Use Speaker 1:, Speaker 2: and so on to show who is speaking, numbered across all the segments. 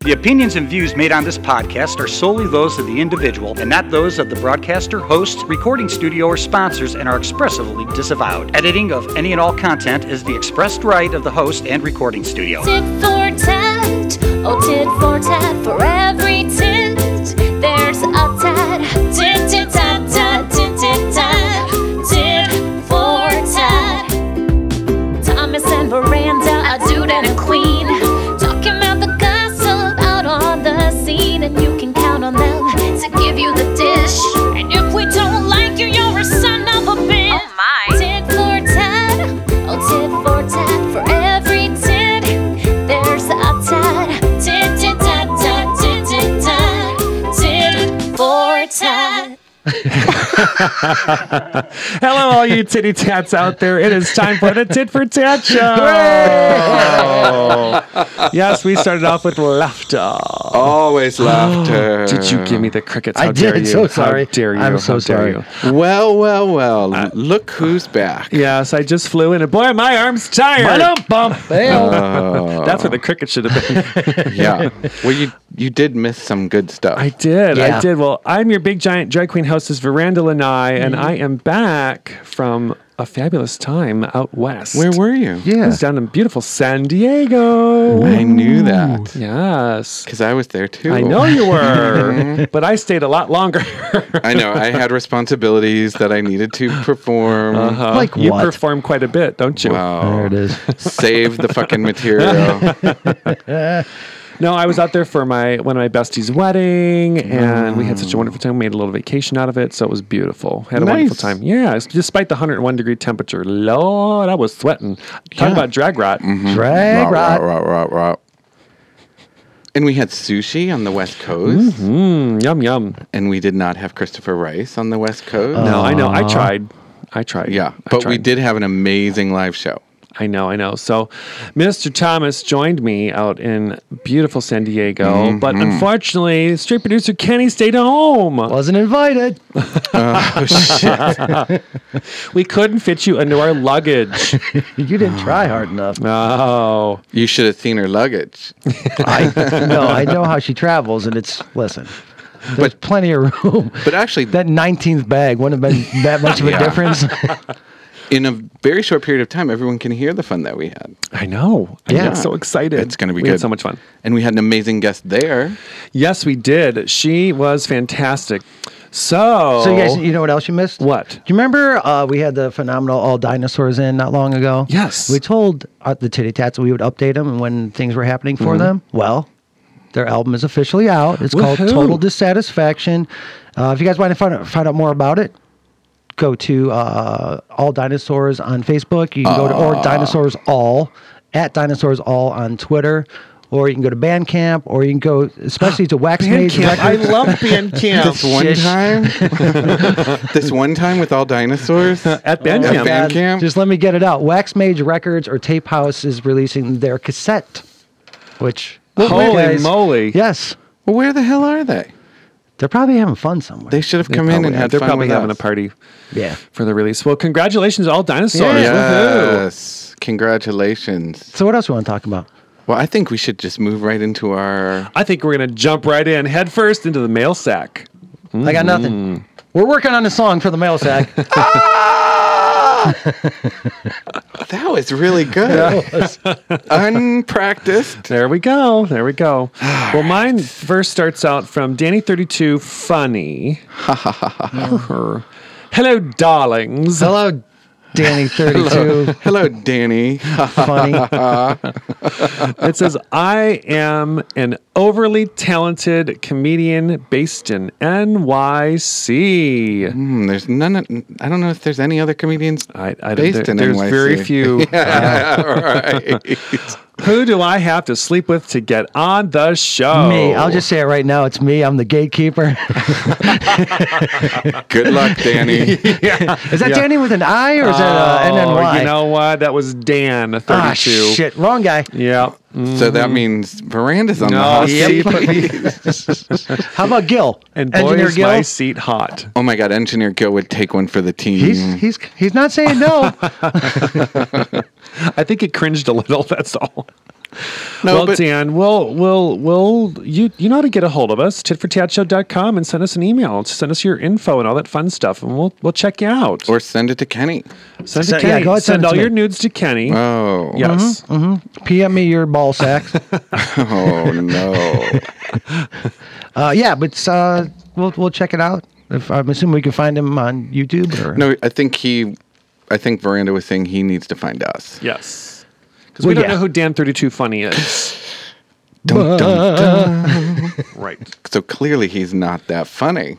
Speaker 1: The opinions and views made on this podcast are solely those of the individual and not those of the broadcaster, host, recording studio, or sponsors and are expressively disavowed. Editing of any and all content is the expressed right of the host and recording studio.
Speaker 2: Tit for tat, oh tit for tat, for every tit there's a tat. Tit tit tat tat, tit tit tat, tit for tat. Thomas and Miranda, a dude and a queen, talking about the gossip out on the scene, and you can count on them to give you the dish. And if we don't like you, you're a son of a bitch.
Speaker 3: Oh my.
Speaker 2: Tit for tat, oh tit for tat, for every tit there's a tat. Tit tit tat tat tit tit tat, tit for tat.
Speaker 4: Hello, all you titty tats out there. It is time for the Tit for Tat Show. yes, we started off with laughter. Oh,
Speaker 5: Always laughter.
Speaker 4: Did you give me the crickets? How
Speaker 6: I
Speaker 4: dare
Speaker 6: did.
Speaker 4: you?
Speaker 6: So sorry.
Speaker 4: How dare you?
Speaker 6: I'm so
Speaker 4: How dare
Speaker 6: sorry.
Speaker 4: you?
Speaker 5: Well, well, well. Look who's back.
Speaker 4: Yes, I just flew in, and boy, my arm's tired.
Speaker 6: oh,
Speaker 4: That's where the crickets should have been.
Speaker 5: Oh, yeah. Well, you you did miss some good stuff.
Speaker 4: I did. I
Speaker 6: Yeah.
Speaker 4: did. Well, I'm your big giant drag queen hostess, Veranda Lanai, and
Speaker 6: Mm-hmm.
Speaker 4: I am back from a fabulous time out west.
Speaker 5: Where were you?
Speaker 4: I
Speaker 6: Yeah.
Speaker 4: was down in beautiful San Diego.
Speaker 5: I knew that
Speaker 4: Yes.
Speaker 5: because I was there too.
Speaker 4: I know you were, but I stayed a lot longer.
Speaker 5: I know. I had responsibilities that I needed to perform.
Speaker 4: Uh,
Speaker 6: Like
Speaker 4: you oh.
Speaker 6: what?
Speaker 4: perform quite a bit, don't you?
Speaker 5: Wow.
Speaker 6: There it is.
Speaker 5: Save the fucking material.
Speaker 4: No, I was out there for my one of my besties' wedding, and we had such a wonderful time. We made a little vacation out of it, so it was beautiful. Had a wonderful
Speaker 5: Mm. Nice.
Speaker 4: time. Yeah, it's- despite the 101 degree temperature, Lord, I was sweating. Talking about drag rot.
Speaker 5: Mm-hmm.
Speaker 6: Drag
Speaker 5: Rah,
Speaker 6: rot.
Speaker 5: rah, rah, rah, rah. And we had sushi on the West Coast,
Speaker 4: Mm, yum yum.
Speaker 5: and we did not have Christopher Rice on the West Coast.
Speaker 4: Uh, No, I know. I tried. I tried.
Speaker 5: Yeah,
Speaker 4: I
Speaker 5: but we
Speaker 4: tried.
Speaker 5: did have an amazing live show.
Speaker 4: I know, I know. So, Mr. Thomas joined me out in beautiful San Diego, but
Speaker 5: Mm-hmm.
Speaker 4: unfortunately, street producer Kenny stayed home.
Speaker 6: Wasn't invited.
Speaker 5: Oh shit!
Speaker 4: we couldn't fit you into our luggage.
Speaker 6: You didn't
Speaker 4: Uh,
Speaker 6: try hard enough.
Speaker 4: oh,
Speaker 5: you should have seen her luggage.
Speaker 6: I no, I know how she travels, and it's listen. There's plenty of room.
Speaker 5: But actually,
Speaker 6: That 19th bag wouldn't have been that much of a
Speaker 5: Yeah.
Speaker 6: difference.
Speaker 5: in a very short period of time, everyone can hear the fun that we had,
Speaker 4: I know. I
Speaker 6: Yeah.
Speaker 4: got so excited.
Speaker 5: It's gonna be
Speaker 4: we Had
Speaker 5: good.
Speaker 4: so much fun.
Speaker 5: and we had an amazing guest there.
Speaker 4: Yes, we did. She was fantastic. So,
Speaker 6: So you guys, you know what else you missed?
Speaker 4: Oh. What?
Speaker 6: Do you remember uh, we had the phenomenal All Dinosaurs in not long ago?
Speaker 4: Yes.
Speaker 6: We told uh, the Titty Tats that we would update them and when things were happening for
Speaker 4: Mm-hmm.
Speaker 6: them. Well, their album is officially out. It's
Speaker 4: Woohoo.
Speaker 6: called Total Dissatisfaction. Uh, if you guys want to find out, find out more about it, go to uh, All Dinosaurs on Facebook. You can go to
Speaker 4: Ah.
Speaker 6: or Dinosaurs All at Dinosaurs All on Twitter. Or you can go to Bandcamp, or you can go, especially to Wax Made
Speaker 4: Ah, Bandcamp. I
Speaker 6: Records.
Speaker 4: love Bandcamp.
Speaker 5: This one
Speaker 6: Shish.
Speaker 5: time, this one time with all dinosaurs.
Speaker 4: At Bandcamp.
Speaker 5: Oh, At Bandcamp.
Speaker 6: Just let me get it out. Wax Mage Records or Tape House is releasing their cassette, which
Speaker 4: Holy
Speaker 6: guys-
Speaker 4: moly.
Speaker 6: Yes,
Speaker 5: Well, where the hell are they?
Speaker 6: they're probably having fun somewhere.
Speaker 5: They should have come in and had
Speaker 4: Oh, They're
Speaker 5: fun
Speaker 4: probably
Speaker 5: with
Speaker 4: having
Speaker 5: us.
Speaker 4: a party
Speaker 6: yeah.
Speaker 4: for the release. Well, congratulations, to all dinosaurs. Woohoo.
Speaker 5: Yes, congratulations.
Speaker 6: So what else we want to talk about?
Speaker 5: Well, I think we should just move right into our.
Speaker 4: I think we're going to jump right in headfirst into the mail sack.
Speaker 6: I
Speaker 4: Hmm.
Speaker 6: got nothing. We're working on a song for the mail sack.
Speaker 5: That was really good. Unpracticed.
Speaker 4: There we go. There we go. well, mine first starts out from Danny32 Funny. Hello, darlings.
Speaker 6: Hello, Danny Thirty Two.
Speaker 5: Hello, Danny.
Speaker 6: Funny.
Speaker 4: It says, I am an overly talented comedian based in NYC.
Speaker 5: Hmm, there's none. Of, I don't know if there's any other comedians
Speaker 4: I, I don't-
Speaker 5: based
Speaker 4: there-
Speaker 5: in
Speaker 4: there's
Speaker 5: NYC.
Speaker 4: very few.
Speaker 5: Yeah, right.
Speaker 4: Who do I have to sleep with to get on the show?
Speaker 6: Me. I'll just say it right now. It's me. I'm the gatekeeper.
Speaker 5: Good luck, Danny.
Speaker 6: Is that Danny with an I or is that uh, an
Speaker 4: Oh,
Speaker 6: NY?
Speaker 4: You know what? That was Dan, 32.
Speaker 6: ah, shit. Uh-huh. Wrong guy.
Speaker 4: Yeah.
Speaker 5: so that means Veranda's on the
Speaker 4: No,
Speaker 5: hot
Speaker 4: see,
Speaker 5: seat.
Speaker 4: put me-
Speaker 6: How about Gil?
Speaker 4: and boy,
Speaker 6: Engineer
Speaker 4: is
Speaker 6: Gil.
Speaker 4: my seat hot.
Speaker 5: Oh my God, Engineer Gil would take one for the team.
Speaker 6: He's he's he's not saying no.
Speaker 4: I think it cringed a little. That's all.
Speaker 5: No,
Speaker 4: well,
Speaker 5: but
Speaker 4: Dan, we'll, we'll, we'll, you, you know how to get a hold of us, titfortatshow.com and send us an email. Send us your info and all that fun stuff, and we'll, we'll check you out.
Speaker 5: or send it to Kenny.
Speaker 4: send it
Speaker 6: send-
Speaker 4: to
Speaker 6: yeah,
Speaker 4: Kenny.
Speaker 6: go ahead, send
Speaker 4: send
Speaker 6: it to
Speaker 4: all
Speaker 6: me. Uh-huh.
Speaker 4: your nudes to Kenny.
Speaker 5: Oh,
Speaker 4: yes.
Speaker 6: PM me your ball sacks.
Speaker 5: oh no.
Speaker 6: uh, yeah, but uh, we'll we'll check it out. If, I'm assuming we can find him on YouTube or
Speaker 5: No, I think he. I think Veranda was saying he needs to find us.
Speaker 4: Yes. Because
Speaker 6: Well,
Speaker 4: we don't
Speaker 6: yeah.
Speaker 4: know who Dan 32 Funny is.
Speaker 5: Dun, dun,
Speaker 4: right.
Speaker 5: So clearly he's not that funny.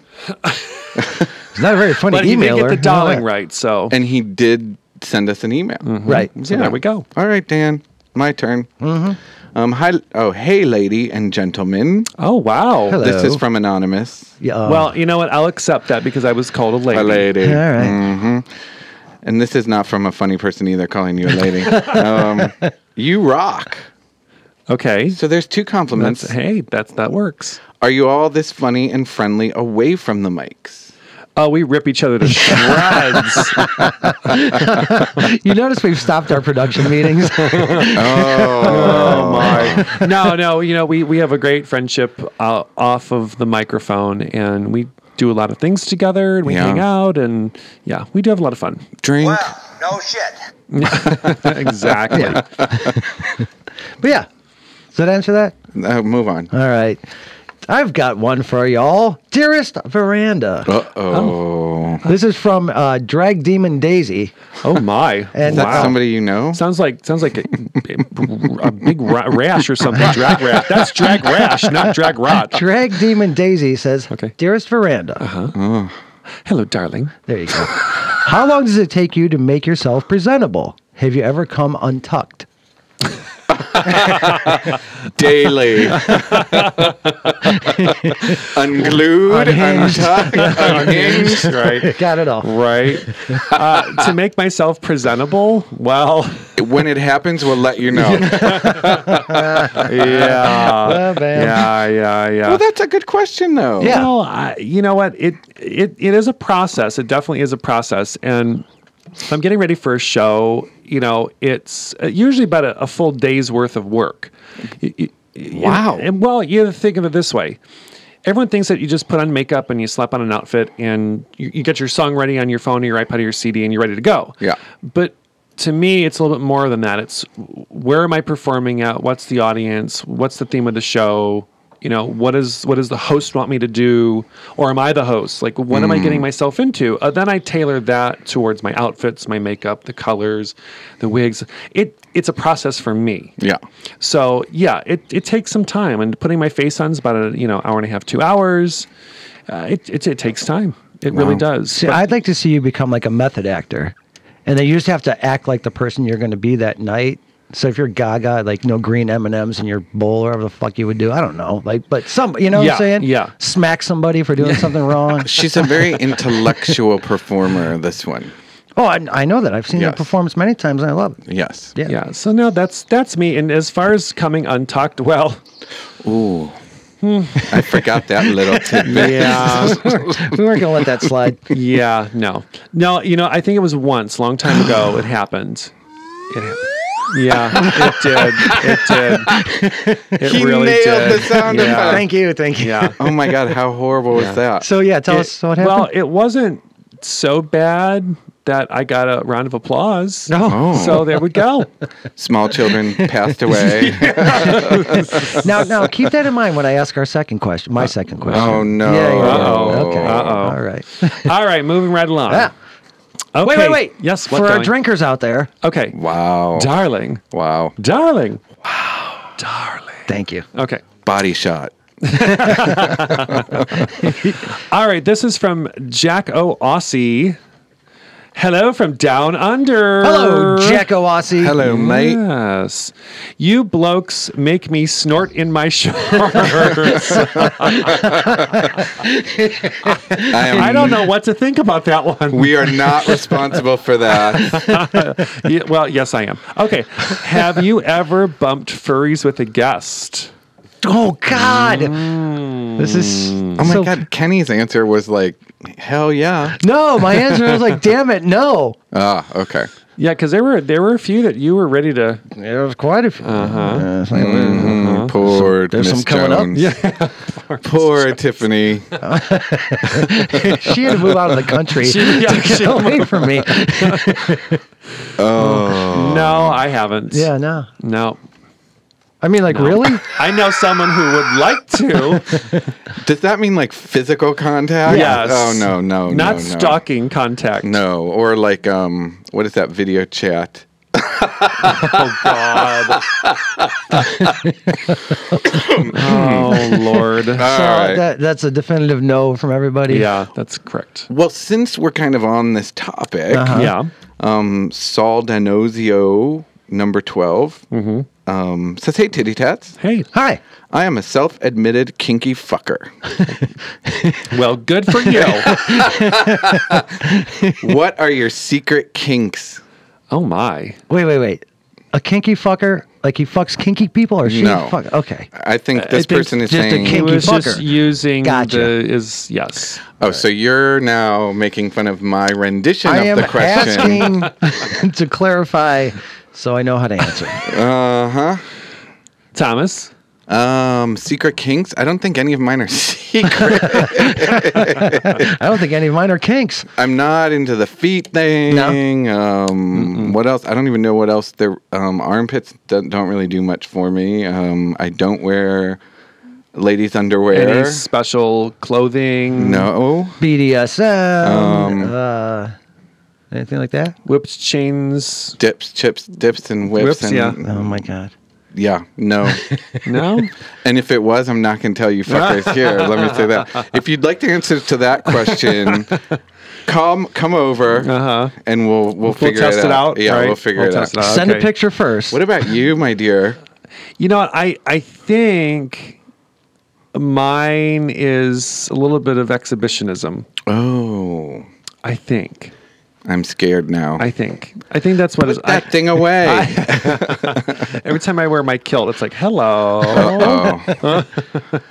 Speaker 6: It's not a very funny
Speaker 4: But he
Speaker 6: emailer.
Speaker 4: did get the
Speaker 6: Know
Speaker 4: dialing
Speaker 6: that.
Speaker 4: right, so.
Speaker 5: And he did send us an email.
Speaker 6: Right.
Speaker 4: so there we go.
Speaker 5: All right, Dan. My turn. Mm-hmm. Um, hi. Oh, hey, lady and gentlemen.
Speaker 4: Oh, wow.
Speaker 6: Hello.
Speaker 5: This is from anonymous.
Speaker 6: Yeah. uh,
Speaker 4: Well, you know what? I'll accept that because I was called a lady.
Speaker 5: A lady. Mm.
Speaker 6: all right.
Speaker 4: mm.
Speaker 5: And this is not from a funny person either, calling you a lady. um, you rock.
Speaker 4: Okay.
Speaker 5: So there's two compliments.
Speaker 4: That's, hey, that's that works.
Speaker 5: Are you all this funny and friendly away from the mics?
Speaker 4: Oh, we rip each other to shreds.
Speaker 6: You notice we've stopped our production meetings.
Speaker 5: Oh my!
Speaker 4: no, no, you know, we, we have a great friendship uh, off of the microphone and we do a lot of things together and we
Speaker 5: Yeah.
Speaker 4: hang out and yeah, we do have a lot of fun.
Speaker 5: Drink.
Speaker 3: Well, no shit.
Speaker 4: exactly.
Speaker 6: but yeah, does that answer that?
Speaker 5: Uh, move on.
Speaker 6: All right. I've got one for y'all, dearest Veranda.
Speaker 5: Uh oh.
Speaker 6: This is from uh, Drag Demon Daisy.
Speaker 4: Oh my.
Speaker 6: And-
Speaker 5: Is that uh, somebody you know?
Speaker 4: Sounds like sounds like a, a big ra- rash or something. Drag rash. That's drag rash, not drag rot.
Speaker 6: Drag Demon Daisy says,
Speaker 4: Okay.
Speaker 6: "Dearest Veranda,
Speaker 4: Hello, darling.
Speaker 6: there you go. How long does it take you to make yourself presentable? Have you ever come untucked?"
Speaker 5: Daily. Unglued,
Speaker 6: Unhinged.
Speaker 5: untucked, unhinged.
Speaker 4: Right.
Speaker 6: Got it all.
Speaker 4: Right. Uh, to make myself presentable, well,
Speaker 5: When it happens, we'll let you know.
Speaker 4: yeah,
Speaker 6: Well, man.
Speaker 4: Uh, yeah, yeah, yeah.
Speaker 5: Well, that's a good question, though.
Speaker 6: Yeah.
Speaker 4: Well, I, you know what? It it it is a process. It definitely is a process. And if I'm getting ready for a show, you know, it's uh, usually about a, a full day's worth of work. Y- y- y-
Speaker 5: Wow.
Speaker 4: And, and, well, you think of it this way. Everyone thinks that you just put on makeup and you slap on an outfit and you, you get your song ready on your phone or your iPod or your CD and you're ready to go.
Speaker 5: Yeah.
Speaker 4: But to me, it's a little bit more than that. It's where am I performing at? What's the audience? What's the theme of the show? You know, what is what does the host want me to do? Or am I the host? Like, what am I getting myself into? Uh, then I tailor that towards my outfits, my makeup, the colors, the wigs. It it's a process for me.
Speaker 5: Yeah.
Speaker 4: So yeah, it, it takes some time, and putting my face on is about a you know hour and a half, two hours. Uh, it, it it takes time. It really does.
Speaker 6: See,
Speaker 4: But-
Speaker 6: I'd like to see you become like a method actor, and then you just have to act like the person you're going to be that night. So if you're Gaga, like no green M and M's in your bowl or whatever the fuck you would do, I don't know. Like, but some, you know what
Speaker 4: Yeah,
Speaker 6: I'm saying?
Speaker 4: yeah.
Speaker 6: Smack somebody for doing something wrong.
Speaker 5: She's a very intellectual performer, this one.
Speaker 6: Oh, I, I know that. I've seen
Speaker 5: Yes.
Speaker 6: the performance many times, and I love it.
Speaker 5: Yes.
Speaker 6: Yeah.
Speaker 4: yeah. So no, that's that's me. And as far as coming untucked, well,
Speaker 5: Ooh. I forgot that little tidbit.
Speaker 4: yeah,
Speaker 6: we weren't gonna let that slide.
Speaker 4: yeah, no, no. You know, I think it was once, long time ago, it happened. It happened. Yeah, it did. It did. It
Speaker 5: He
Speaker 4: really
Speaker 5: nailed
Speaker 4: did.
Speaker 5: the sound
Speaker 4: yeah.
Speaker 5: effect.
Speaker 6: Thank you, thank you.
Speaker 4: Yeah.
Speaker 5: Oh my God, how horrible was that?
Speaker 6: So yeah, tell
Speaker 4: It-
Speaker 6: us what happened.
Speaker 4: Well, it wasn't so bad that I got a round of applause.
Speaker 6: no.
Speaker 5: oh,
Speaker 4: So there we go.
Speaker 5: small children passed away.
Speaker 6: now, now keep that in mind when I ask our second question. My second question.
Speaker 5: Oh no.
Speaker 6: Yeah, yeah, yeah.
Speaker 4: Uh-oh.
Speaker 6: Okay.
Speaker 4: Uh-oh. Uh,
Speaker 6: All right.
Speaker 4: All right, moving right along.
Speaker 6: Yeah.
Speaker 4: Okay.
Speaker 6: Wait, wait, wait.
Speaker 4: Yes,
Speaker 6: For
Speaker 4: what,
Speaker 6: our
Speaker 4: darling?
Speaker 6: drinkers out there.
Speaker 4: Okay.
Speaker 5: Wow.
Speaker 4: Darling.
Speaker 5: Wow.
Speaker 4: Darling. Wow. Darling.
Speaker 6: Thank you.
Speaker 4: Okay.
Speaker 5: Body shot.
Speaker 4: All right. This is from Jack O. Aussie. Hello from down under.
Speaker 6: Hello, Jack Owassi.
Speaker 5: Hello, mate.
Speaker 4: Yes. You blokes make me snort in my shorts.
Speaker 5: I, am,
Speaker 4: I don't know what to think about that one.
Speaker 5: We are not responsible for that.
Speaker 4: Ye- well, yes, I am. Okay. Have you ever bumped furries with a guest?
Speaker 6: Oh God.
Speaker 4: Mm.
Speaker 6: This is.
Speaker 5: Oh my God. Kenny's answer was like, hell yeah.
Speaker 6: No, my answer was like, damn it, no.
Speaker 5: Ah, okay.
Speaker 4: Yeah, because there were there were a few that you were ready to.
Speaker 6: There's quite a few.
Speaker 4: Uh-huh.
Speaker 6: Uh, so-
Speaker 5: Mm, Poor
Speaker 6: There's some
Speaker 5: Miss
Speaker 6: coming up.
Speaker 5: Jones. Poor Tiffany.
Speaker 6: she had to move out of the country to
Speaker 4: yeah,
Speaker 6: get
Speaker 4: she-
Speaker 6: away from me.
Speaker 5: Oh.
Speaker 4: no, I haven't.
Speaker 6: Yeah, no.
Speaker 4: No.
Speaker 6: I mean, like, really?
Speaker 4: I know someone who would like to.
Speaker 5: Does that mean like physical contact?
Speaker 4: Yes.
Speaker 5: Oh no, no,
Speaker 4: Not
Speaker 5: no, no.
Speaker 4: stalking contact.
Speaker 5: No, or like um, what is that video chat?
Speaker 4: Oh God. oh Lord.
Speaker 5: All
Speaker 6: So uh,
Speaker 5: right.
Speaker 6: that, that's a definitive no from everybody.
Speaker 4: yeah, that's correct.
Speaker 5: well, since we're kind of on this topic,
Speaker 6: Uh-huh.
Speaker 4: Yeah.
Speaker 5: um, Saul Danozio, number 12
Speaker 6: Mm-hmm.
Speaker 5: um, says, "Hey, titty tats,
Speaker 4: Hey.
Speaker 6: Hi.
Speaker 5: I am a self-admitted kinky fucker.
Speaker 4: Well, good for you.
Speaker 5: what are your secret kinks?"
Speaker 4: oh my.
Speaker 6: Wait, wait, wait. A kinky fucker? Like he fucks kinky people or she?
Speaker 5: No.
Speaker 6: Fuck, okay.
Speaker 5: I think this
Speaker 4: I think
Speaker 5: person is
Speaker 6: just a
Speaker 5: saying,
Speaker 4: He
Speaker 6: kink- Pinky
Speaker 4: was just
Speaker 6: fucker.
Speaker 4: using
Speaker 6: Gotcha.
Speaker 4: the is yes.
Speaker 5: "Oh, so you're now making fun of my rendition
Speaker 6: I
Speaker 5: of
Speaker 6: am
Speaker 5: the question."
Speaker 6: asking to clarify so I know how to answer.
Speaker 4: Thomas.
Speaker 5: Um, secret kinks? I don't think any of mine are secret.
Speaker 6: I don't think any of mine are kinks.
Speaker 5: I'm not into the feet thing. Um, what else? I don't even know what else. Their um, armpits don't, don't really do much for me. Um, I don't wear ladies' underwear.
Speaker 4: Any special clothing?
Speaker 5: No.
Speaker 6: BDSM,
Speaker 5: Um,
Speaker 6: uh, anything like that?
Speaker 4: Whips, chains.
Speaker 5: Dips, chips, dips, and whips.
Speaker 4: Whips,
Speaker 5: and,
Speaker 4: yeah.
Speaker 6: Oh my god.
Speaker 5: Yeah, no.
Speaker 4: No.
Speaker 5: and if it was, I'm not going to tell you fuckers here. Let me say that. If you'd like the answer to that question, come come over
Speaker 4: Uh-huh.
Speaker 5: and we'll we'll, figure
Speaker 4: test
Speaker 5: it,
Speaker 4: it
Speaker 5: out.
Speaker 4: out,
Speaker 5: Yeah,
Speaker 4: right?
Speaker 5: we'll figure
Speaker 4: We'll
Speaker 5: it
Speaker 4: test
Speaker 5: out.
Speaker 4: it out.
Speaker 6: Send a
Speaker 4: Okay.
Speaker 6: picture first.
Speaker 5: What about you, my dear?
Speaker 4: You know, what? I I think mine is a little bit of exhibitionism.
Speaker 5: Oh,
Speaker 4: I think.
Speaker 5: I'm scared now.
Speaker 4: I think. I think that's what is.
Speaker 5: Put that thing away.
Speaker 4: I, every time I wear my kilt, it's like, hello.
Speaker 5: oh.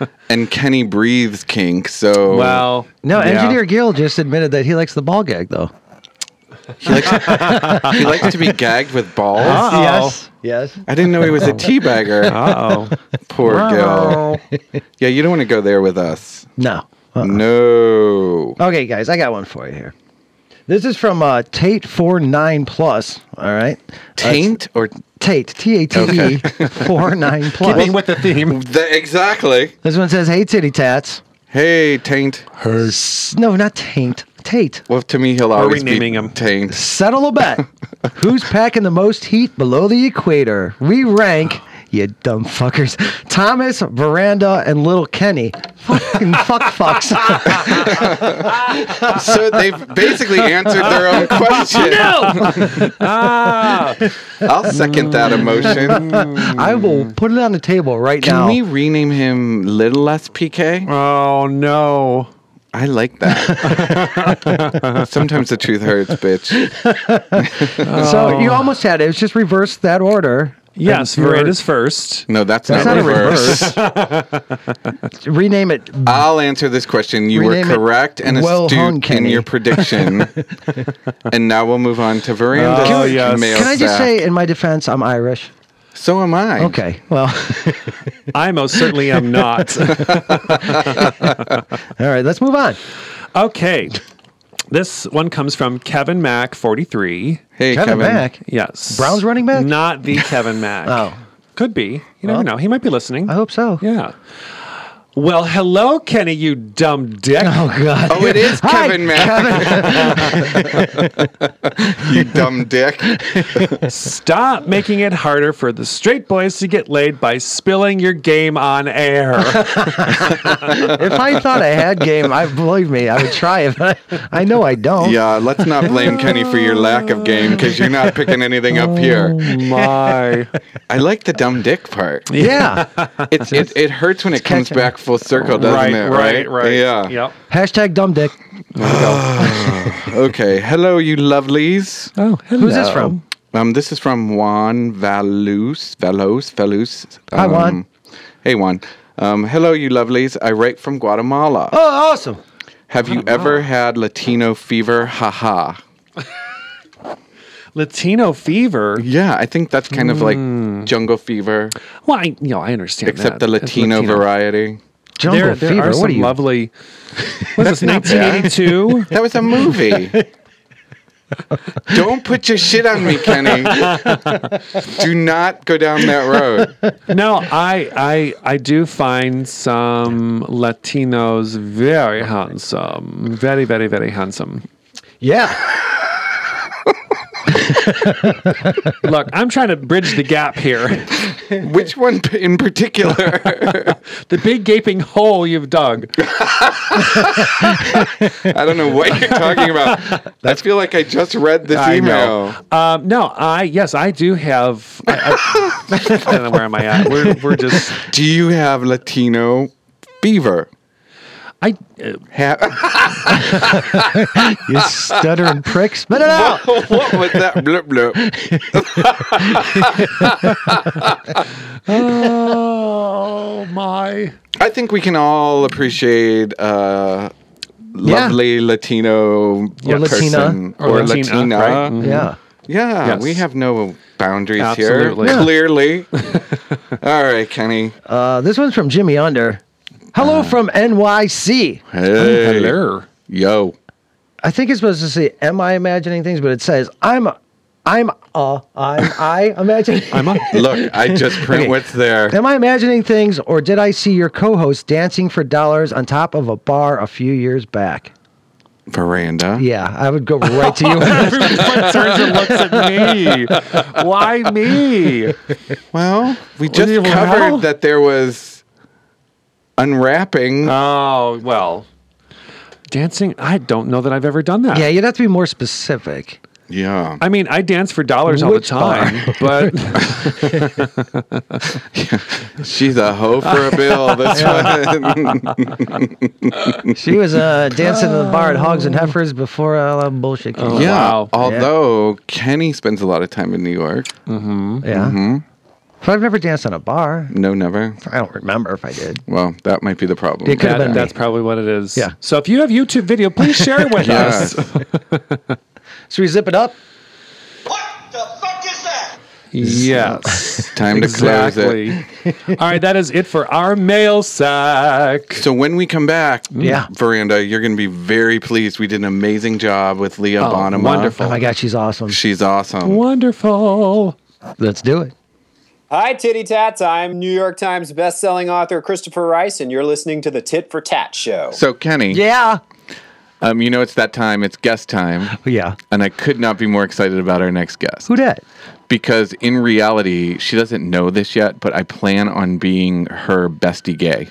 Speaker 5: and Kenny breathes kink, so
Speaker 4: well,
Speaker 6: No,
Speaker 4: yeah.
Speaker 6: Engineer Gill just admitted that he likes the ball gag though.
Speaker 5: he likes, he likes to be gagged with balls.
Speaker 4: Uh-oh.
Speaker 6: Yes. Yes.
Speaker 5: I didn't know he was a teabagger.
Speaker 4: Uh oh.
Speaker 5: Poor Gil. Yeah, you don't want to go there with us.
Speaker 6: No. Uh-uh.
Speaker 5: No.
Speaker 6: Okay, guys, I got one for you here. This is from uh, Tate four nine plus. All right,
Speaker 5: Taint or
Speaker 6: Tate T A T E four nine plus.
Speaker 4: Keeping with the theme.
Speaker 5: the, exactly.
Speaker 6: This one says, "Hey, titty tats."
Speaker 5: Hey, taint.
Speaker 6: S- No, not taint. Tate.
Speaker 5: Well, to me, he'll
Speaker 4: we
Speaker 5: always
Speaker 4: naming
Speaker 5: be
Speaker 4: him?
Speaker 5: taint.
Speaker 6: Settle a bet. Who's packing the most heat below the equator? We rank, you dumb fuckers, Thomas, Veranda, and Little Kenny. Fucking fuck fucks.
Speaker 5: So they've basically answered their own question.
Speaker 4: Ah. Mm.
Speaker 5: I'll second that emotion.
Speaker 6: I will put it on the table right
Speaker 5: Can
Speaker 6: now.
Speaker 5: we rename him Little SPK?
Speaker 4: Oh no.
Speaker 5: I like that. Sometimes the truth hurts, bitch. Oh.
Speaker 6: So you almost had it. It's just reverse that order.
Speaker 4: Yes, Veranda's first.
Speaker 5: No, that's,
Speaker 6: That's
Speaker 5: not,
Speaker 6: not a
Speaker 5: reverse.
Speaker 6: Rename it.
Speaker 5: I'll answer this question. You
Speaker 6: Rename
Speaker 5: were
Speaker 6: it
Speaker 5: correct and
Speaker 6: Well
Speaker 5: astute
Speaker 6: hung,
Speaker 5: in
Speaker 6: Kenny.
Speaker 5: your prediction. and now we'll move on to Veranda.
Speaker 4: Oh, yes.
Speaker 5: mail
Speaker 6: Can I just
Speaker 5: sack.
Speaker 6: say, in my defense, I'm Irish.
Speaker 5: So am I.
Speaker 6: Okay. Well,
Speaker 4: I most certainly am not.
Speaker 6: all right. Let's move on.
Speaker 4: okay. This one comes from Kevin Mack, 43.
Speaker 5: Hey,
Speaker 6: Kevin,
Speaker 5: Kevin.
Speaker 6: Mack.
Speaker 4: Yes.
Speaker 6: Browns running back?
Speaker 4: Not the Kevin Mack.
Speaker 6: Oh.
Speaker 4: Could be. You never
Speaker 6: Well,
Speaker 4: know. He might be listening.
Speaker 6: I hope so.
Speaker 4: Yeah. Well, hello, Kenny, you dumb dick.
Speaker 6: Oh God.
Speaker 5: Oh, it is
Speaker 6: Hi,
Speaker 5: Kevin Mack. you dumb dick.
Speaker 4: Stop making it harder for the straight boys to get laid by spilling your game on air.
Speaker 6: if I thought I had game, I believe me, I would try it. But I, I know I don't.
Speaker 5: Yeah, let's not blame Kenny for your lack of game because you're not picking anything up here.
Speaker 4: My.
Speaker 5: I like the dumb dick part.
Speaker 6: Oh. Yeah.
Speaker 5: It, it, it hurts when it comes
Speaker 6: catching.
Speaker 5: back full circle, doesn't
Speaker 4: right,
Speaker 5: it?
Speaker 4: right, right.
Speaker 5: Yeah.
Speaker 4: Yep.
Speaker 6: Hashtag dumb dick.
Speaker 5: Okay. Hello, you lovelies.
Speaker 4: Oh, hello.
Speaker 6: Who's this from?
Speaker 5: Um, this is from Juan Valus. Valus. Valus. Um,
Speaker 6: Hi, Juan.
Speaker 5: Hey, Juan. Um, hello, you lovelies. I write from Guatemala.
Speaker 6: Oh, awesome.
Speaker 5: Have you ever had Latino fever? Haha.
Speaker 4: Latino fever.
Speaker 5: Yeah, I think that's kind of like jungle fever,
Speaker 4: Well, I, you know, I understand
Speaker 5: except
Speaker 4: that.
Speaker 5: the
Speaker 4: That's
Speaker 5: Latino, variety.
Speaker 6: Jungle
Speaker 4: there, there
Speaker 6: fever.
Speaker 4: Are some
Speaker 6: what are you?
Speaker 4: lovely. What is this?
Speaker 5: not bad.
Speaker 4: 1982.
Speaker 5: That was a movie. Don't put your shit on me, Kenny. Do not go down that road.
Speaker 4: no, I, I, I do find some Latinos very handsome, very, very, very handsome.
Speaker 6: yeah.
Speaker 4: Look, I'm trying to bridge the gap here.
Speaker 5: Which one p- in particular?
Speaker 4: The big gaping hole you've dug.
Speaker 5: I don't know what you're talking about. I feel like I just read this
Speaker 4: I
Speaker 5: email.
Speaker 4: know. Um, no, I yes, I do have. I, I, I don't know where am I at. We're we're just.
Speaker 5: Do you have Latino fever?
Speaker 4: I uh,
Speaker 5: Ha-
Speaker 6: You stuttering prick. Spit it out.
Speaker 5: what was that? Blip, blip.
Speaker 4: uh, oh my.
Speaker 5: I think we can all appreciate uh, lovely Latino
Speaker 6: Or Latina.
Speaker 5: person
Speaker 4: Or
Speaker 5: or
Speaker 4: Latina,
Speaker 5: Latina. Mm-hmm.
Speaker 4: right? Mhm.
Speaker 6: Yeah.
Speaker 5: Yeah,
Speaker 4: Yes.
Speaker 5: we have no boundaries
Speaker 4: Absolutely.
Speaker 5: here.
Speaker 4: Yeah.
Speaker 5: Clearly. all right, Kenny.
Speaker 6: Uh, this one's from Jimmy Under. Hello from NYC.
Speaker 5: Hey.
Speaker 4: Hello.
Speaker 5: Yo.
Speaker 6: I think it's supposed to say, "Am I imagining things?" But it says, "I'm, I'm, uh, I'm, I imagining."
Speaker 4: I'm on.
Speaker 5: Look, I just print what's there.
Speaker 6: Am I imagining things, or did I see your co-host dancing for dollars on top of a bar a few years back?
Speaker 5: Veranda.
Speaker 6: Yeah, I would go right to you.
Speaker 4: Everyone turns and looks at me. Why me?
Speaker 5: Well, we
Speaker 4: do you
Speaker 5: just
Speaker 4: have,
Speaker 5: covered
Speaker 4: Ronald?
Speaker 5: that there was unwrapping.
Speaker 4: Oh well. Dancing. I don't know that I've ever done that.
Speaker 6: yeah, you'd have to be more specific.
Speaker 5: yeah.
Speaker 4: I mean, I dance for dollars all the
Speaker 6: Which
Speaker 4: time, but
Speaker 5: She's a hoe for a bill. This one.
Speaker 6: She was uh, dancing in the bar at Hogs and Heifers before all that bullshit came.
Speaker 5: yeah.
Speaker 4: Wow.
Speaker 5: Although Kenny spends a lot of time in New York.
Speaker 6: Yeah. But I've never danced on a bar.
Speaker 5: No, never.
Speaker 6: I don't remember if I did.
Speaker 5: Well, that might be the problem.
Speaker 6: It could have
Speaker 4: that,
Speaker 6: been
Speaker 4: that's
Speaker 6: me.
Speaker 4: probably what it is.
Speaker 6: Yeah.
Speaker 4: So if you have YouTube video, please share it with
Speaker 5: Yes.
Speaker 4: us.
Speaker 6: Should we zip it up?
Speaker 3: What the fuck is that?
Speaker 4: Yes.
Speaker 5: Time to close it.
Speaker 4: All right, that is it for our mail sack.
Speaker 5: So when we come back,
Speaker 6: Yeah.
Speaker 5: Veranda, you're going to be very pleased. We did an amazing job with Leah
Speaker 4: Oh,
Speaker 5: Bonema.
Speaker 4: wonderful.
Speaker 6: Oh my God, she's awesome.
Speaker 5: She's awesome.
Speaker 4: Wonderful.
Speaker 6: Let's do it.
Speaker 7: Hi, Titty Tats. I'm New York Times bestselling author Christopher Rice, and you're listening to the Tit for Tat Show.
Speaker 5: So Kenny,
Speaker 6: Yeah.
Speaker 5: um, you know it's that time. It's guest time,
Speaker 6: Yeah.
Speaker 5: and I could not be more excited about our next guest
Speaker 6: Who dat?
Speaker 5: because in reality, she doesn't know this yet, but I plan on being her bestie gay.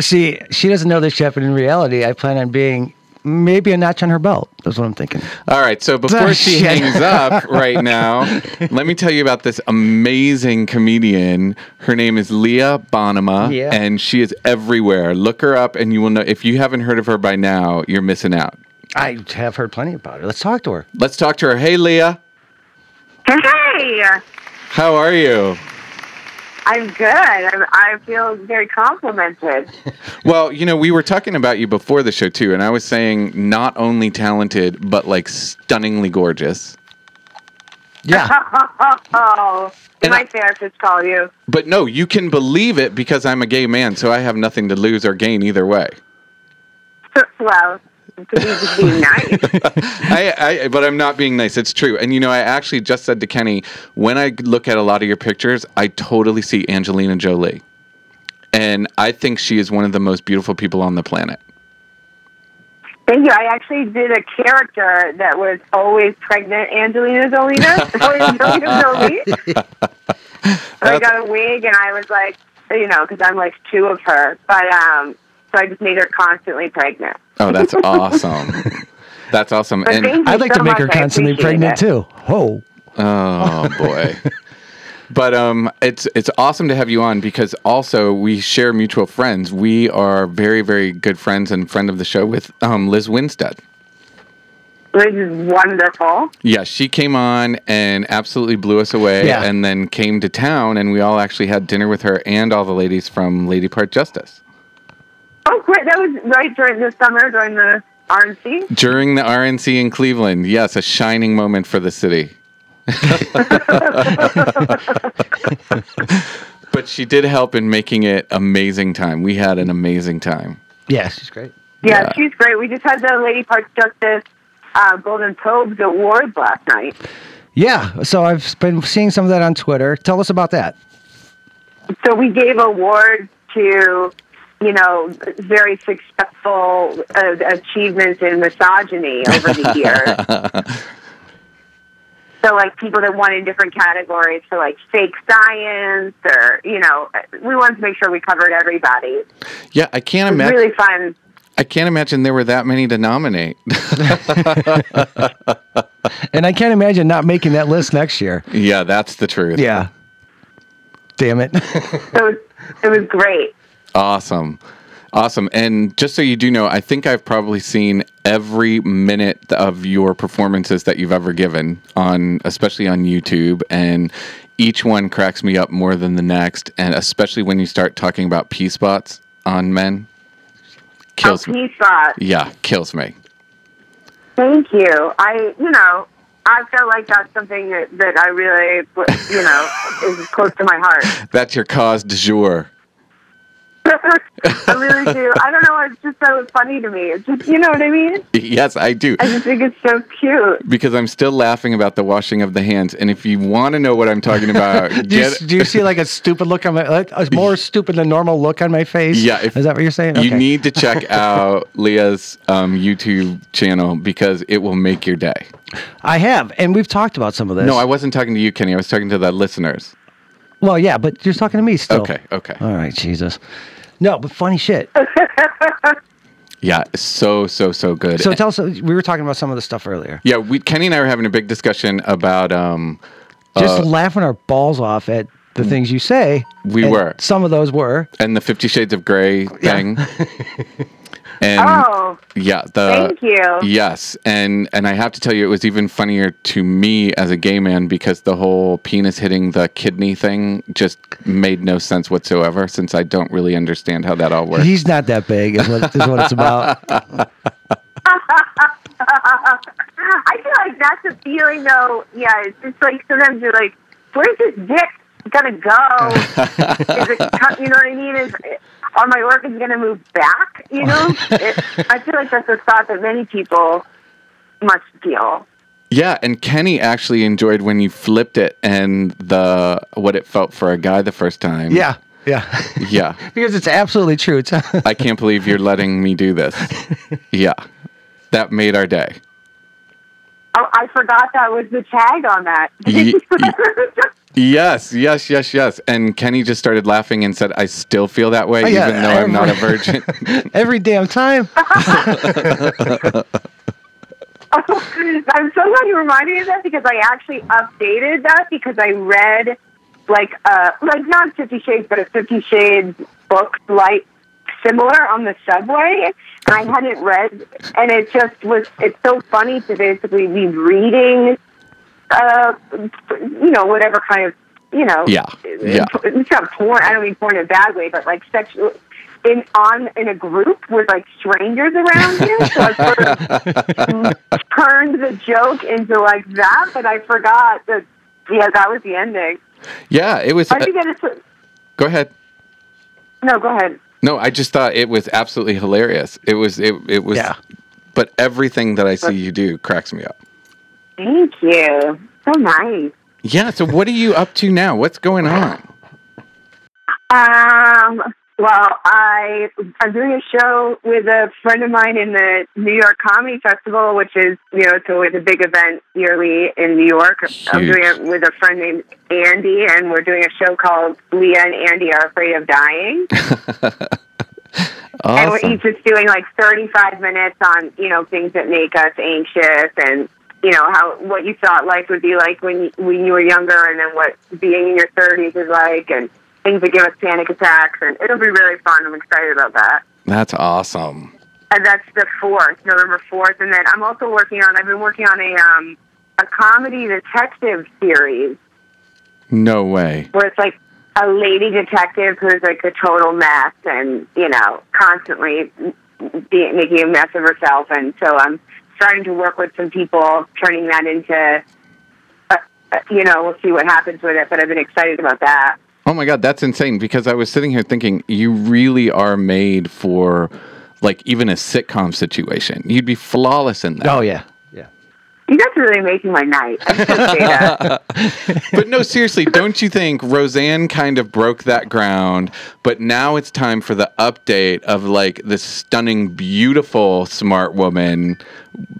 Speaker 6: See, she doesn't know this yet, but in reality, I plan on being maybe a notch on her belt. That's what I'm thinking.
Speaker 5: All right, so before she
Speaker 6: Shit.
Speaker 5: hangs up right now, let me tell you about this amazing comedian. Her name is Leah Bonema,
Speaker 6: Yeah.
Speaker 5: and she is everywhere. Look her up, and you will know. If you haven't heard of her by now, you're missing out.
Speaker 6: I have heard plenty about her. Let's talk to her.
Speaker 5: Let's talk to her. Hey, Leah,
Speaker 8: Hey,
Speaker 5: how are you?
Speaker 8: I'm good. I, I feel very complimented.
Speaker 5: Well, you know, we were talking about you before the show too, and I was saying not only talented, but like stunningly gorgeous.
Speaker 6: Yeah.
Speaker 8: Oh,
Speaker 5: And
Speaker 8: my
Speaker 5: I-
Speaker 8: therapist called you.
Speaker 5: But no, you can believe it because I'm a gay man, so I have nothing to lose or gain either way.
Speaker 8: well, could you just be nice?
Speaker 5: I, I, but I'm not being nice. It's true. And you know, I actually just said to Kenny, when I look at a lot of your pictures, I totally see Angelina Jolie, and I think she is one of the most beautiful people on the planet.
Speaker 8: Thank you. I actually did a character that was always pregnant, Angelina Jolina. Angelina Jolie. And I got a wig, and I was like, you know, because I'm like two of her. But um, so I just made her constantly pregnant.
Speaker 5: Oh, that's awesome. That's awesome.
Speaker 8: But
Speaker 5: And
Speaker 8: thank you
Speaker 6: I'd like
Speaker 8: so
Speaker 6: to make
Speaker 8: much.
Speaker 6: her
Speaker 8: I
Speaker 6: constantly
Speaker 8: appreciate
Speaker 6: pregnant
Speaker 8: it.
Speaker 6: too. Oh.
Speaker 5: Oh boy. But um, it's it's awesome to have you on because also we share mutual friends. We are very very good friends and friend of the show with um, Liz Winstead.
Speaker 8: This is wonderful.
Speaker 5: Yeah, she came on and absolutely blew us away,
Speaker 6: Yeah.
Speaker 5: and then came to town, and we all actually had dinner with her and all the ladies from Lady Part Justice
Speaker 8: Oh, great. That was right during the summer, during the RNC.
Speaker 5: during the RNC in Cleveland. Yes, a shining moment for the city. But she did help in making it amazing time. We had an amazing time.
Speaker 6: Yeah, she's great.
Speaker 8: Yeah,
Speaker 5: Yeah.
Speaker 8: she's great. We just had the Lady Parts Justice uh, Golden Probes Award last night.
Speaker 6: Yeah, so I've been seeing some of that on Twitter. Tell us about that.
Speaker 8: So we gave awards to, you know, very successful uh, achievements in misogyny over the years. so like people that won in different categories for like fake science or, you know, we wanted to make sure we covered everybody.
Speaker 5: Yeah, I can't
Speaker 8: It was
Speaker 5: imagine.
Speaker 8: really fun.
Speaker 5: I can't imagine there were that many to nominate.
Speaker 6: And I can't imagine not making that list next year.
Speaker 5: yeah, that's the truth.
Speaker 6: Yeah. Damn it.
Speaker 8: So it was, it was great.
Speaker 5: Awesome. Awesome. And just so you do know, I think I've probably seen every minute of your performances that you've ever given on especially on YouTube and each one cracks me up more than the next and especially when you start talking about pee spots on men. Kills me.
Speaker 8: Peace thought.
Speaker 5: Yeah, kills me.
Speaker 8: Thank you. I, you know, I feel like that's something that, that I really, you know, is close to my heart.
Speaker 5: That's your cause du jour.
Speaker 8: I really do. I don't know. It's just so funny to me. It's just, you know what I mean?
Speaker 5: Yes, I do.
Speaker 8: I just think it's so cute.
Speaker 5: Because I'm still laughing about the washing of the hands. And if you want to know what I'm talking about,
Speaker 6: do, you,
Speaker 5: get
Speaker 6: do you see like a stupid look on my, like, a more stupid than normal look on my face?
Speaker 5: Yeah, if-
Speaker 6: Is that what you're saying?
Speaker 5: You need to check out Leah's um, YouTube channel because it will make your day.
Speaker 6: I have, and we've talked about some of this.
Speaker 5: No, I wasn't talking to you, Kenny. I was talking to the listeners.
Speaker 6: Well, yeah, but you're talking to me still.
Speaker 5: Okay, okay.
Speaker 6: Oh. All right, Jesus. No, but funny shit.
Speaker 5: Yeah, it's so so so good.
Speaker 6: So tell us, we were talking about some of the stuff earlier.
Speaker 5: yeah, we Kenny and I were having a big discussion about um,
Speaker 6: Just laughing our balls off at the things you say.
Speaker 5: We
Speaker 6: and
Speaker 5: were.
Speaker 6: Some of those were.
Speaker 5: and the Fifty Shades of Grey thing. and uh,
Speaker 8: Oh,
Speaker 5: yeah, the
Speaker 8: thank you.
Speaker 5: Yes, and and I have to tell you, it was even funnier to me as a gay man because the whole penis hitting the kidney thing just made no sense whatsoever. Since I don't really understand how that all works.
Speaker 6: He's not that big, is what, is what it's about.
Speaker 8: I feel like that's a feeling, though. Yeah, it's just like sometimes you're like, where's this dick gonna go? is it, co- you know what I mean? Is are my organs gonna move back? You know, it, I feel like that's a thought that many people must feel.
Speaker 5: Yeah, and Kenny actually enjoyed when you flipped it and the what it felt for a guy the first time.
Speaker 6: Yeah, yeah.
Speaker 5: Yeah.
Speaker 6: because it's absolutely true. It's,
Speaker 5: I can't believe you're letting me do this. Yeah. That made our day.
Speaker 8: Oh, I forgot that was the tag on that.
Speaker 5: Ye- Yes, yes, yes, yes. And Kenny just started laughing and said, I still feel that way,
Speaker 6: Oh, yeah,
Speaker 5: even though I'm not a
Speaker 6: every-
Speaker 5: virgin.
Speaker 6: every damn time.
Speaker 8: Oh, I'm so glad you reminded me of that because I actually updated that because I read like uh like not Fifty Shades but a Fifty Shades book like similar on the subway and I hadn't read and it just was it's so funny to basically be reading uh you know whatever kind of you know
Speaker 5: Yeah, yeah.
Speaker 8: it's not porn I don't mean porn in a bad way but like sexual in on in a group with like strangers around you so I sort of turned the joke into like that, but I forgot that. Yeah, that was the ending.
Speaker 5: yeah, it was.
Speaker 8: I think that is.
Speaker 5: go ahead.
Speaker 8: No, go ahead.
Speaker 5: No, I just thought it was absolutely hilarious. It was, it, it was,
Speaker 6: Yeah.
Speaker 5: but everything that I see you do cracks me up.
Speaker 8: Thank you. So nice.
Speaker 5: Yeah. So what are you up to now? What's going on?
Speaker 8: Um. Well, I I'm doing a show with a friend of mine in the New York Comedy Festival, which is you know it's always a big event yearly in New York. I'm
Speaker 5: Huge.
Speaker 8: doing it with a friend named Andy, and we're doing a show called Leah and Andy Are Afraid of Dying. And we're each just doing like 35 minutes on, you know, things that make us anxious and, you know, how what you thought life would be like when you, when you were younger and then what being in your 30s is like and things that give us panic attacks. And it'll be really fun. I'm excited about that.
Speaker 5: That's awesome.
Speaker 8: And that's the 4th, November 4th. And then I'm also working on, I've been working on a, um, a comedy detective series
Speaker 5: No way.
Speaker 8: where it's like a lady detective who's like a total mess and you know constantly be, making a mess of herself and so i'm starting to work with some people turning that into a, uh, you know, we'll see what happens with it. But I've been excited about that.
Speaker 5: Oh my god, that's insane because I was sitting here thinking you really are made for like even a sitcom situation. You'd be flawless in that.
Speaker 6: Oh yeah, yeah.
Speaker 8: You guys are really making my night. I should say that.
Speaker 5: But no, seriously, don't you think Roseanne kind of broke that ground? But now it's time for the update of like this stunning, beautiful, smart woman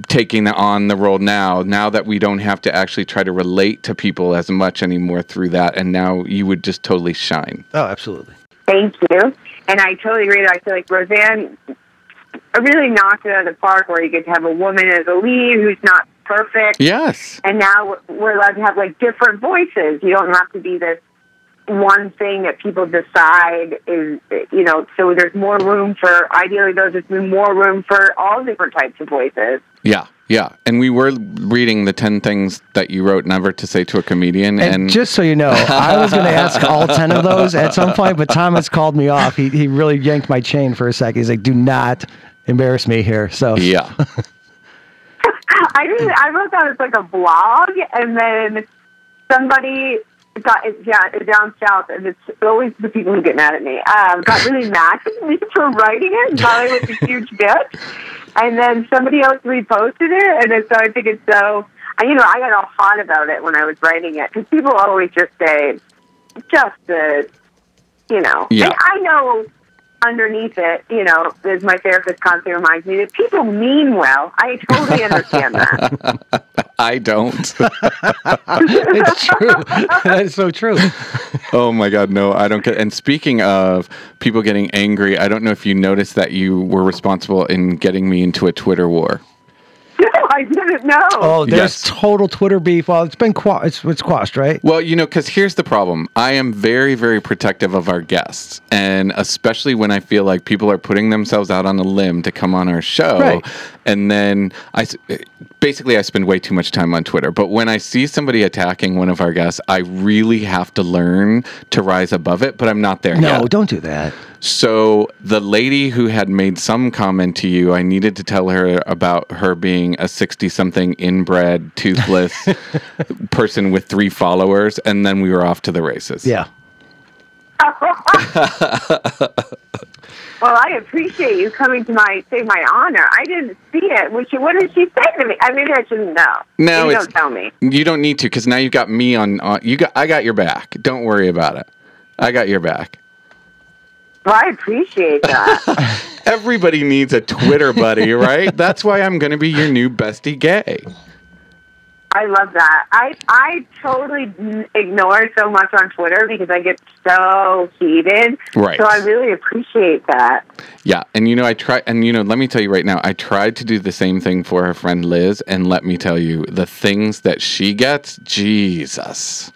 Speaker 5: taking on the role now. Now that we don't have to actually try to relate to people as much anymore through that, and now you would just totally shine.
Speaker 6: Oh, absolutely.
Speaker 8: Thank you. And I totally agree. I feel like Roseanne really knocked it out of the park where you get to have a woman as a lead who's not perfect.
Speaker 5: Yes.
Speaker 8: And now we're- we're allowed to have like different voices. You don't have to be this one thing that people decide is, you know, so there's more room for, ideally, there's just be more room for all different types of voices.
Speaker 5: Yeah. Yeah. And we were reading the 10 things that you wrote never to say to a comedian.
Speaker 6: And,
Speaker 5: And,
Speaker 6: just so you know, I was going to ask all 10 of those at some point, but Thomas called me off. He, he really yanked my chain for a second. He's like, do not embarrass me here. So,
Speaker 5: yeah.
Speaker 8: I didn't. I wrote that as like a blog, and then somebody got it down, down south, and it's always the people who get mad at me. Um, got really mad at me for writing it, and thought I was a huge bitch. And then somebody else reposted it, and then so I think it's so. I- You know, I got all hot about it when I was writing it because people always just say, "Just the," you know.
Speaker 5: Yeah.
Speaker 8: And I know underneath it, you know, as my therapist constantly reminds me, that people mean well. I totally understand that.
Speaker 5: I don't.
Speaker 6: it's true. That's so true.
Speaker 5: Oh my God, no, I don't get. And speaking of people getting angry, I don't know if you noticed that you were responsible in getting me into a Twitter war.
Speaker 8: No, I didn't know.
Speaker 6: Oh, there's
Speaker 5: Yes.
Speaker 6: total Twitter beef. Well, it's been qua- it's, it's quashed, right?
Speaker 5: Well, you know, because here's the problem. I am very, very protective of our guests. And especially when I feel like people are putting themselves out on a limb to come on our show.
Speaker 6: Right.
Speaker 5: And then I s- basically I spend way too much time on Twitter. But when I see somebody attacking one of our guests, I really have to learn to rise above it. But I'm not there
Speaker 6: No,
Speaker 5: yet.
Speaker 6: don't do that.
Speaker 5: So the lady who had made some comment to you, I needed to tell her about her being a sixty-something inbred, toothless person with three followers, and then we were off to the races.
Speaker 6: Yeah.
Speaker 8: Well, I appreciate you coming to my say my honor. I didn't see it. What, she, what did she say to me? I mean, I shouldn't know.
Speaker 5: No,
Speaker 8: you
Speaker 5: it's-
Speaker 8: don't tell me.
Speaker 5: you don't need to because now you've got me on, on. You got, I got your back. Don't worry about it. I got your back.
Speaker 8: Well, I appreciate that.
Speaker 5: Everybody needs a Twitter buddy, right? That's why I'm going to be your new bestie gay.
Speaker 8: I love that. I I totally ignore so much on Twitter because I get so heated.
Speaker 5: Right.
Speaker 8: So I really appreciate that.
Speaker 5: Yeah, and you know I try and you know let me tell you right now I tried to do the same thing for her friend Liz and let me tell you the things that she gets Jesus.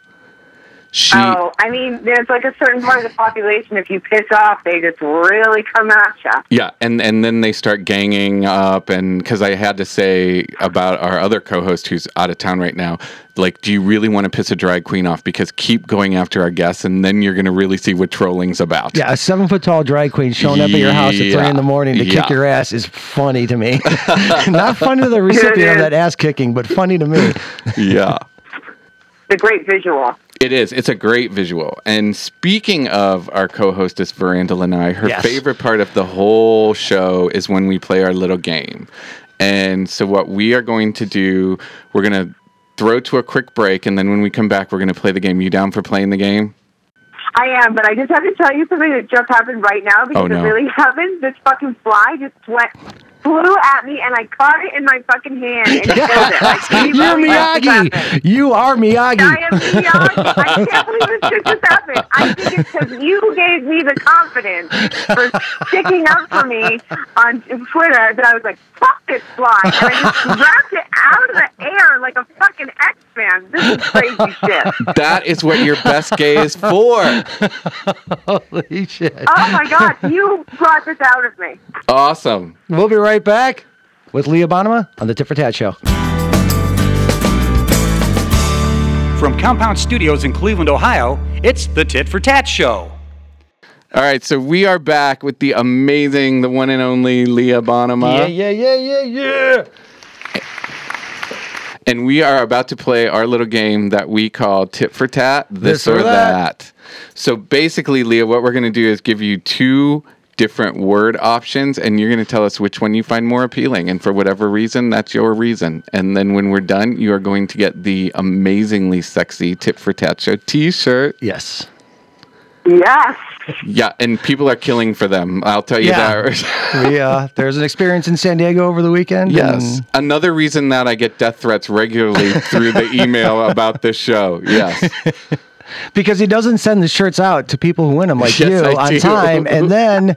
Speaker 5: She
Speaker 8: oh, I mean, there's like a certain part of the population. If you piss off, they just really come at you.
Speaker 5: Yeah, and and then they start ganging up, and because I had to say about our other co-host who's out of town right now, like, do you really want to piss a drag queen off? Because keep going after our guests, and then you're going to really see what trolling's about.
Speaker 6: Yeah. A seven foot tall drag queen showing up at your house at three
Speaker 5: Yeah.
Speaker 6: in the morning to kick
Speaker 5: Yeah.
Speaker 6: your ass is funny to me. Not funny to the recipient of that ass kicking, but funny to me.
Speaker 5: yeah.
Speaker 8: It's a great visual.
Speaker 5: It is. It's a great visual. And speaking of our co-hostess Veranda and I, her
Speaker 6: Yes.
Speaker 5: favorite part of the whole show is when we play our little game. And so what we are going to do, we're going to throw to a quick break and then when we come back we're going to play the game. You down for playing the game?
Speaker 8: I am, but I just have to tell you something that just happened right now because
Speaker 5: Oh, no.
Speaker 8: it really happened. This fucking fly just went flew at me, and I caught it in my fucking hand and killed it. I can't
Speaker 6: You're
Speaker 8: believe this just happened.
Speaker 6: Miyagi. You are
Speaker 8: I
Speaker 6: Miyagi.
Speaker 8: am Miyagi. I can't believe this shit just happened. I think it's because you gave me the confidence for sticking up for me on Twitter that I was like, fuck this fly. And I just grabbed it out of the air like a fucking X-Man. This is crazy shit.
Speaker 5: That is what your best gay is for.
Speaker 6: Holy shit.
Speaker 8: Oh, my God. You brought this out of me.
Speaker 5: Awesome.
Speaker 6: We'll be right back with Leah Bonema on the Tit for Tat Show.
Speaker 1: From Compound Studios in Cleveland, Ohio, it's the Tit for Tat Show.
Speaker 5: All right, so we are back with the amazing, the one and only Leah Bonema.
Speaker 6: yeah, yeah, yeah, yeah.
Speaker 5: And we are about to play our little game that we call tit for tat, this, or, that. So basically, Leah, what we're going to do is give you two different word options and you're going to tell us which one you find more appealing and for whatever reason that's your reason and then when we're done you are going to get the amazingly sexy tit for tat show t-shirt
Speaker 6: Yes.
Speaker 8: Yes.
Speaker 5: yeah and people are killing for them i'll tell you
Speaker 6: Yeah.
Speaker 5: that
Speaker 6: We, uh, there's an experience in San Diego over the weekend.
Speaker 5: Yes.
Speaker 6: and
Speaker 5: Another reason that I get death threats regularly through the email about this show. Yes.
Speaker 6: because he doesn't send the shirts out to people who win them like
Speaker 5: Yes,
Speaker 6: you
Speaker 5: I
Speaker 6: on
Speaker 5: do.
Speaker 6: time, and then they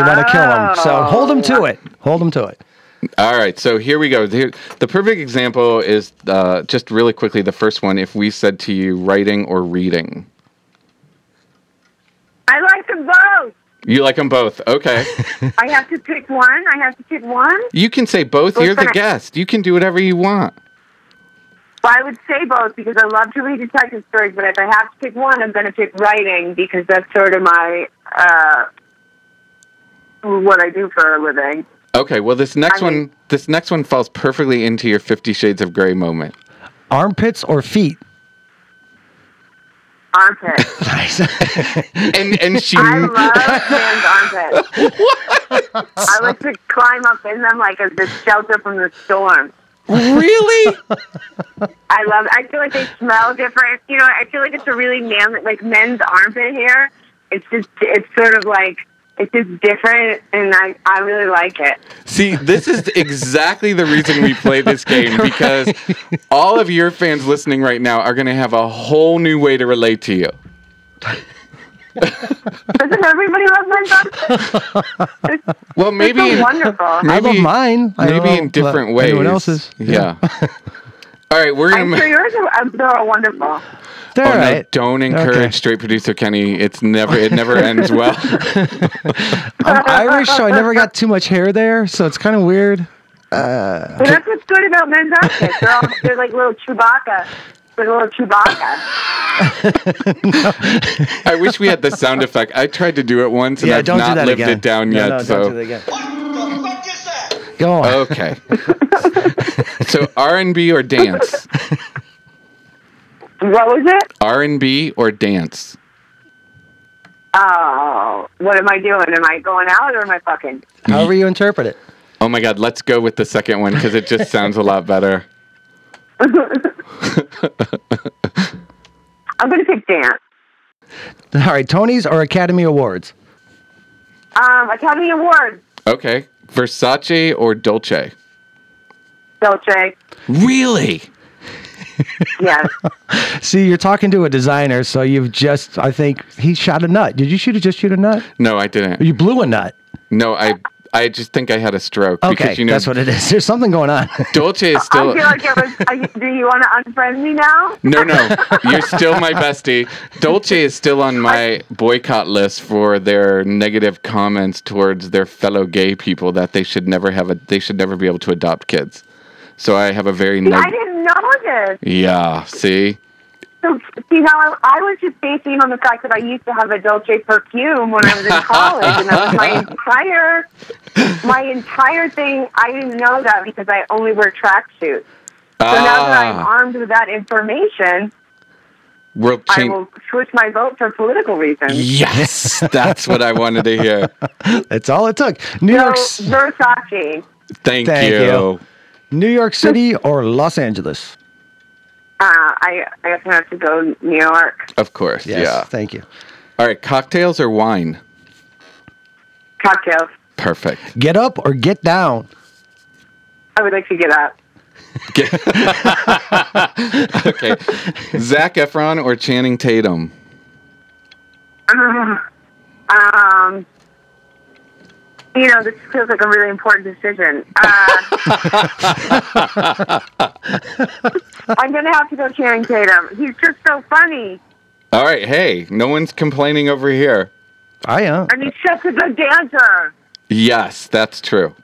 Speaker 6: want to kill them. So hold them to it. Hold them to it.
Speaker 5: All right. So here we go. Here- the perfect example is uh, just really quickly the first one if we said to you writing or reading.
Speaker 8: I like them both.
Speaker 5: You like them both. Okay.
Speaker 8: I have to pick one. I have to pick one.
Speaker 5: you can say both. You're the guest. You can do whatever you want.
Speaker 8: Well, I would say both because I love to read detective stories, but if I have to pick one, I'm going to pick writing because that's sort of my uh, what I do for a living.
Speaker 5: Okay. Well, this next
Speaker 8: I mean-
Speaker 5: one this next one falls perfectly into your 50 shades of gray moment.
Speaker 6: Armpits or feet?
Speaker 8: Armpits.
Speaker 6: Nice.
Speaker 5: And and she
Speaker 8: I love men's armpits. I like to climb up in them like as a shelter from the storm.
Speaker 5: really
Speaker 8: I love. I feel like they smell different. You know, I feel like it's a really manly, like men's armpit hair. It's just, it's sort of like, it's just different, and I, I really like it.
Speaker 5: See, this is exactly the reason we play this game because all of your fans listening right now are going to have a whole new way to relate to you.
Speaker 8: Doesn't everybody love men's armpits?
Speaker 5: Well, maybe
Speaker 8: They're so
Speaker 5: in,
Speaker 8: wonderful.
Speaker 6: I
Speaker 5: maybe,
Speaker 6: love mine. I don't
Speaker 5: maybe in
Speaker 6: know
Speaker 5: different
Speaker 6: about
Speaker 5: ways.
Speaker 6: Anyone else's?
Speaker 5: Yeah. all right, we're
Speaker 8: I'm
Speaker 5: going
Speaker 8: sure
Speaker 5: to.
Speaker 8: yours are uh, they're all wonderful.
Speaker 6: They're
Speaker 5: Oh,
Speaker 6: all
Speaker 5: no,
Speaker 6: right.
Speaker 5: don't encourage straight producer Kenny. It's never it never ends well.
Speaker 6: I'm Irish, so I never got too much hair there, so it's kind of weird.
Speaker 8: But that's what's good about men's armpits. They're all they're like little Chewbacca. They're little Chewbacca.
Speaker 5: I wish we had the sound effect. I tried to do it once and
Speaker 6: yeah,
Speaker 5: I've
Speaker 6: don't
Speaker 5: not
Speaker 6: do that
Speaker 5: lived
Speaker 6: again.
Speaker 5: it down
Speaker 6: No,
Speaker 5: yet.
Speaker 6: no,
Speaker 5: so Oh.
Speaker 6: don't do that again.
Speaker 3: What the fuck is that?
Speaker 6: Go on.
Speaker 5: okay. so R&B or dance?
Speaker 8: What was it?
Speaker 5: R&B or dance?
Speaker 8: Oh, what am I doing? Am I going out or am I fucking?
Speaker 6: However you interpret it.
Speaker 5: Oh my God, let's go with the second one because it just sounds a lot better.
Speaker 8: I'm gonna pick dance.
Speaker 6: All right, Tony's or Academy Awards?
Speaker 8: Um, Academy Awards,
Speaker 5: Okay. Versace or Dolce?
Speaker 8: Dolce.
Speaker 5: Really?
Speaker 8: Yes.
Speaker 6: See, you're talking to a designer, so you've just, I think, he shot a nut. Did you shoot just shoot a nut?
Speaker 5: No, I
Speaker 6: Or
Speaker 5: didn't.
Speaker 6: you blew a nut.
Speaker 5: No, I I just think I had a stroke.
Speaker 6: Okay,
Speaker 5: you know,
Speaker 6: that's what it is. There's something going on.
Speaker 5: Dolce is
Speaker 8: I
Speaker 5: still.
Speaker 8: feel like it was. Are you, do you want to unfriend me now?
Speaker 5: No, no, you're still my bestie. Dolce is still on my boycott list for their negative comments towards their fellow gay people that they should never have a they should never be able to adopt kids. So I have a very
Speaker 8: See, I
Speaker 5: neg-
Speaker 8: didn't know this.
Speaker 5: yeah. See,
Speaker 8: So, see, now I, I was just basing on the fact that I used to have a Dolce perfume when I was in college, and that was my entire, my entire thing. I didn't know that because I only wear tracksuits. So now that I'm
Speaker 5: ah,
Speaker 8: armed with that information,
Speaker 5: we'll
Speaker 8: I
Speaker 5: change.
Speaker 8: will switch my vote for political reasons.
Speaker 5: Yes, that's what I wanted to hear.
Speaker 6: that's all it took. New York,
Speaker 8: So, Versace, Uh,
Speaker 5: Thank,
Speaker 6: Thank
Speaker 5: you.
Speaker 6: you. New York City or Los Angeles?
Speaker 8: uh, I, I guess I have to go New York.
Speaker 5: Of course.
Speaker 6: Yes,
Speaker 5: Yeah.
Speaker 6: thank you.
Speaker 5: All right. Cocktails or wine?
Speaker 8: Cocktails.
Speaker 5: Perfect.
Speaker 6: Get up or get down.
Speaker 8: I would like to get up.
Speaker 5: Okay. Zach Efron or Channing Tatum?
Speaker 8: Um, you know, this feels like a really important decision. Uh, I'm going to have to go Channing Tatum. He's just so funny,
Speaker 5: All right. Hey, no one's complaining over here.
Speaker 6: I am.
Speaker 8: and he's such a good dancer.
Speaker 5: Yes, that's true.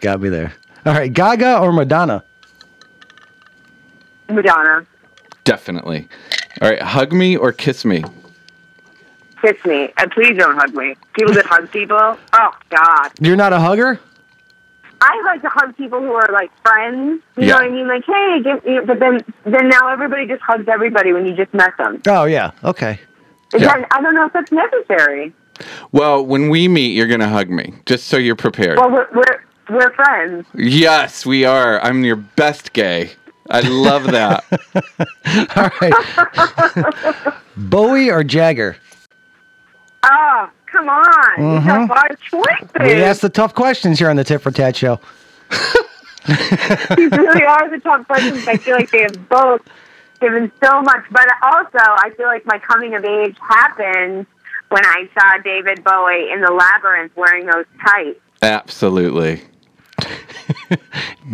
Speaker 6: Got me there. All right, Gaga or Madonna?
Speaker 8: Madonna,
Speaker 5: Definitely. All right. Hug me or kiss me?
Speaker 8: kiss me. And please don't hug me. People that hug people, oh, God.
Speaker 6: You're not a hugger?
Speaker 8: I like to hug people who are like friends. You
Speaker 5: Yeah.
Speaker 8: know what I mean? Like, hey, give, you know, but then then now everybody just hugs everybody when you just met them.
Speaker 6: Oh yeah. Okay.
Speaker 8: Is
Speaker 5: Yeah.
Speaker 8: that- I don't know if that's necessary.
Speaker 5: Well, when we meet, you're gonna hug me, just so you're prepared.
Speaker 8: Well, we're we're, we're friends.
Speaker 5: yes, we are. I'm your best gay. I love that.
Speaker 6: All right. Bowie or Jagger?
Speaker 8: Oh, come on! You
Speaker 5: Uh-huh.
Speaker 8: have a lot of choices.
Speaker 6: We ask the tough questions here on the Tit for Tat show.
Speaker 8: These really are the top questions. I feel like they have both given so much, but also I feel like my coming of age happened when I saw David Bowie in the labyrinth wearing those tights.
Speaker 5: Absolutely.
Speaker 8: So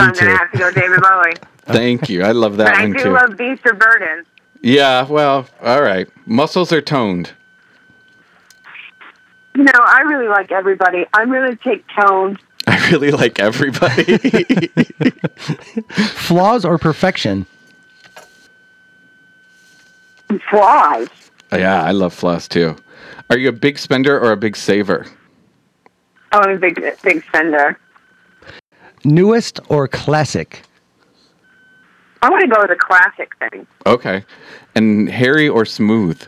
Speaker 8: I'm
Speaker 6: too.
Speaker 8: gonna have to go David Bowie.
Speaker 5: Thank you. I love that
Speaker 8: But I
Speaker 5: one
Speaker 8: do
Speaker 5: too.
Speaker 8: love Beast of Burden.
Speaker 5: yeah. Well. All right. Muscles are toned.
Speaker 8: You know, I really like everybody. I'm gonna take Tone.
Speaker 5: I really like everybody.
Speaker 6: Flaws or perfection?
Speaker 8: Flaws.
Speaker 5: yeah, I love floss too. Are you a big spender or a big saver?
Speaker 8: Oh, I'm a big big spender.
Speaker 6: Newest or classic?
Speaker 8: I want to go with a classic thing.
Speaker 5: Okay. And hairy or smooth?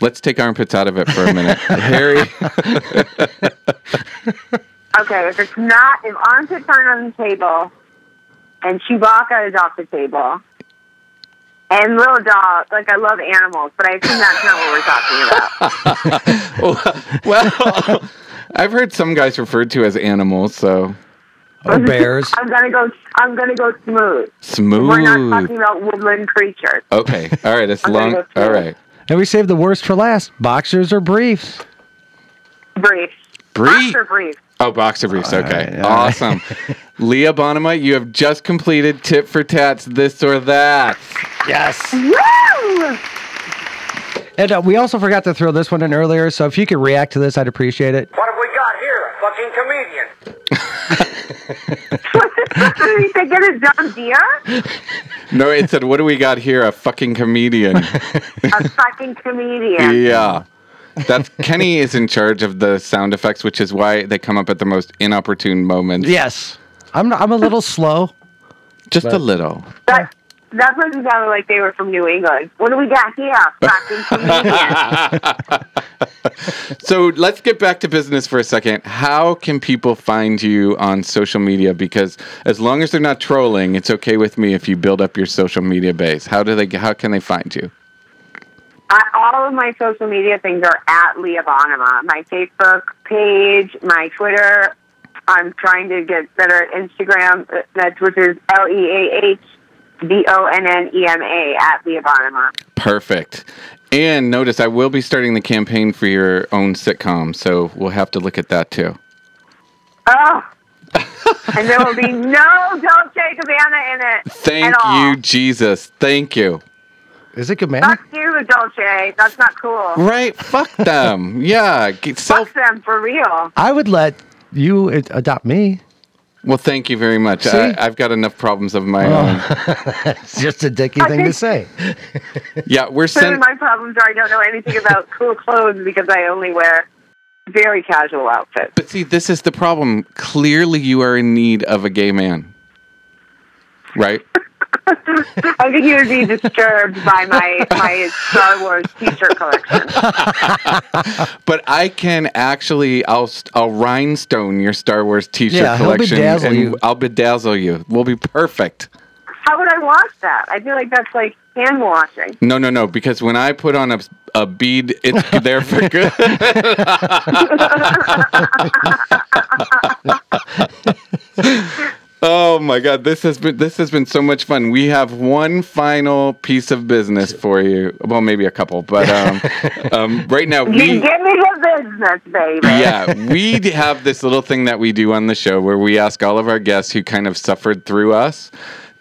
Speaker 5: Let's take armpits out of it for a minute. hairy.
Speaker 8: Okay, if it's not, if armpits aren't on the table, and Chewbacca is off the table, and little dog, like I love animals, but I assume that's not what we're talking about.
Speaker 5: well, I've heard some guys referred to as animals, so
Speaker 6: Or bears?
Speaker 8: I'm gonna go. I'm gonna go smooth. We're not talking
Speaker 5: smooth.
Speaker 8: about woodland creatures.
Speaker 5: Okay. All right. It's
Speaker 8: I'm gonna
Speaker 5: long.
Speaker 8: go smooth.
Speaker 5: All right.
Speaker 6: And we saved the worst for last. Boxers or briefs?
Speaker 8: Briefs.
Speaker 5: Brief.
Speaker 8: Boxer briefs.
Speaker 5: Oh, boxer briefs. Okay.
Speaker 6: right, all right.
Speaker 5: awesome. Leah Bonema, you have just completed Tit for Tats, This or That.
Speaker 6: Yes.
Speaker 8: Woo!
Speaker 6: And uh, we also forgot to throw this one in earlier, so if you could react to this, I'd appreciate it.
Speaker 9: What have we got here? A fucking comedian.
Speaker 8: Did they get a John Deere?
Speaker 5: No, it said, what do we got here? A fucking comedian.
Speaker 8: A fucking comedian.
Speaker 5: yeah. That's Kenny is in charge of the sound effects, which is why they come up at the most inopportune moments.
Speaker 6: Yes. I'm, not, I'm a little slow.
Speaker 5: Just a little.
Speaker 8: That that person sounded like they were from New England. What do we got here? Fucking comedian.
Speaker 5: So let's get back to business for a second. How can people find you on social media? Because as long as they're not trolling, it's okay with me if you build up your social media base. How do they? How can they find you?
Speaker 8: I, all of my social media things are at Leah Bonema. My Facebook page, my Twitter. I'm trying to get better at Instagram. uh, That's which is L E A H B O N N E M A at Leah Bonema.
Speaker 5: Perfect. And notice I will be starting the campaign for your own sitcom, so we'll have to look at that too.
Speaker 8: Oh. and there will be no Dolce Gabbana in it.
Speaker 5: Thank
Speaker 8: at all.
Speaker 5: you, Jesus. Thank you.
Speaker 6: Is it good, man?
Speaker 8: Fuck you, Dolce. That's not cool.
Speaker 5: Right? Fuck them. Yeah. Get Self.
Speaker 8: Fuck them for real.
Speaker 6: I would let you ad- adopt me.
Speaker 5: Well, thank you very much.
Speaker 6: See?
Speaker 5: I, I've got enough problems of
Speaker 8: Oh.
Speaker 5: my own.
Speaker 6: It's just a dicky
Speaker 8: I
Speaker 6: thing to
Speaker 8: think-
Speaker 6: say.
Speaker 5: Yeah, we're
Speaker 8: Clearly,
Speaker 5: sending.
Speaker 8: my problems are I don't know anything about cool clothes because I only wear very casual outfits.
Speaker 5: But see, this is the problem. Clearly, you are in need of a gay man, right?
Speaker 8: I think you would be disturbed by my my Star Wars T-shirt collection.
Speaker 5: But I can actually, I'll st- I'll rhinestone your Star Wars T-shirt
Speaker 6: Yeah, he'll
Speaker 5: collection,
Speaker 6: bedazzle
Speaker 5: and
Speaker 6: you.
Speaker 5: I'll bedazzle you. We'll be perfect.
Speaker 8: How would I wash that? I feel like that's like hand washing.
Speaker 5: No, no, no. Because when I put on a a bead, it's there for good. oh my god, this has been this has been so much fun. We have one final piece of business for you. Well, maybe a couple, but um, um, right now
Speaker 8: You
Speaker 5: we.
Speaker 8: give me the business, baby.
Speaker 5: Yeah, we d- have this little thing that we do on the show where we ask all of our guests who kind of suffered through us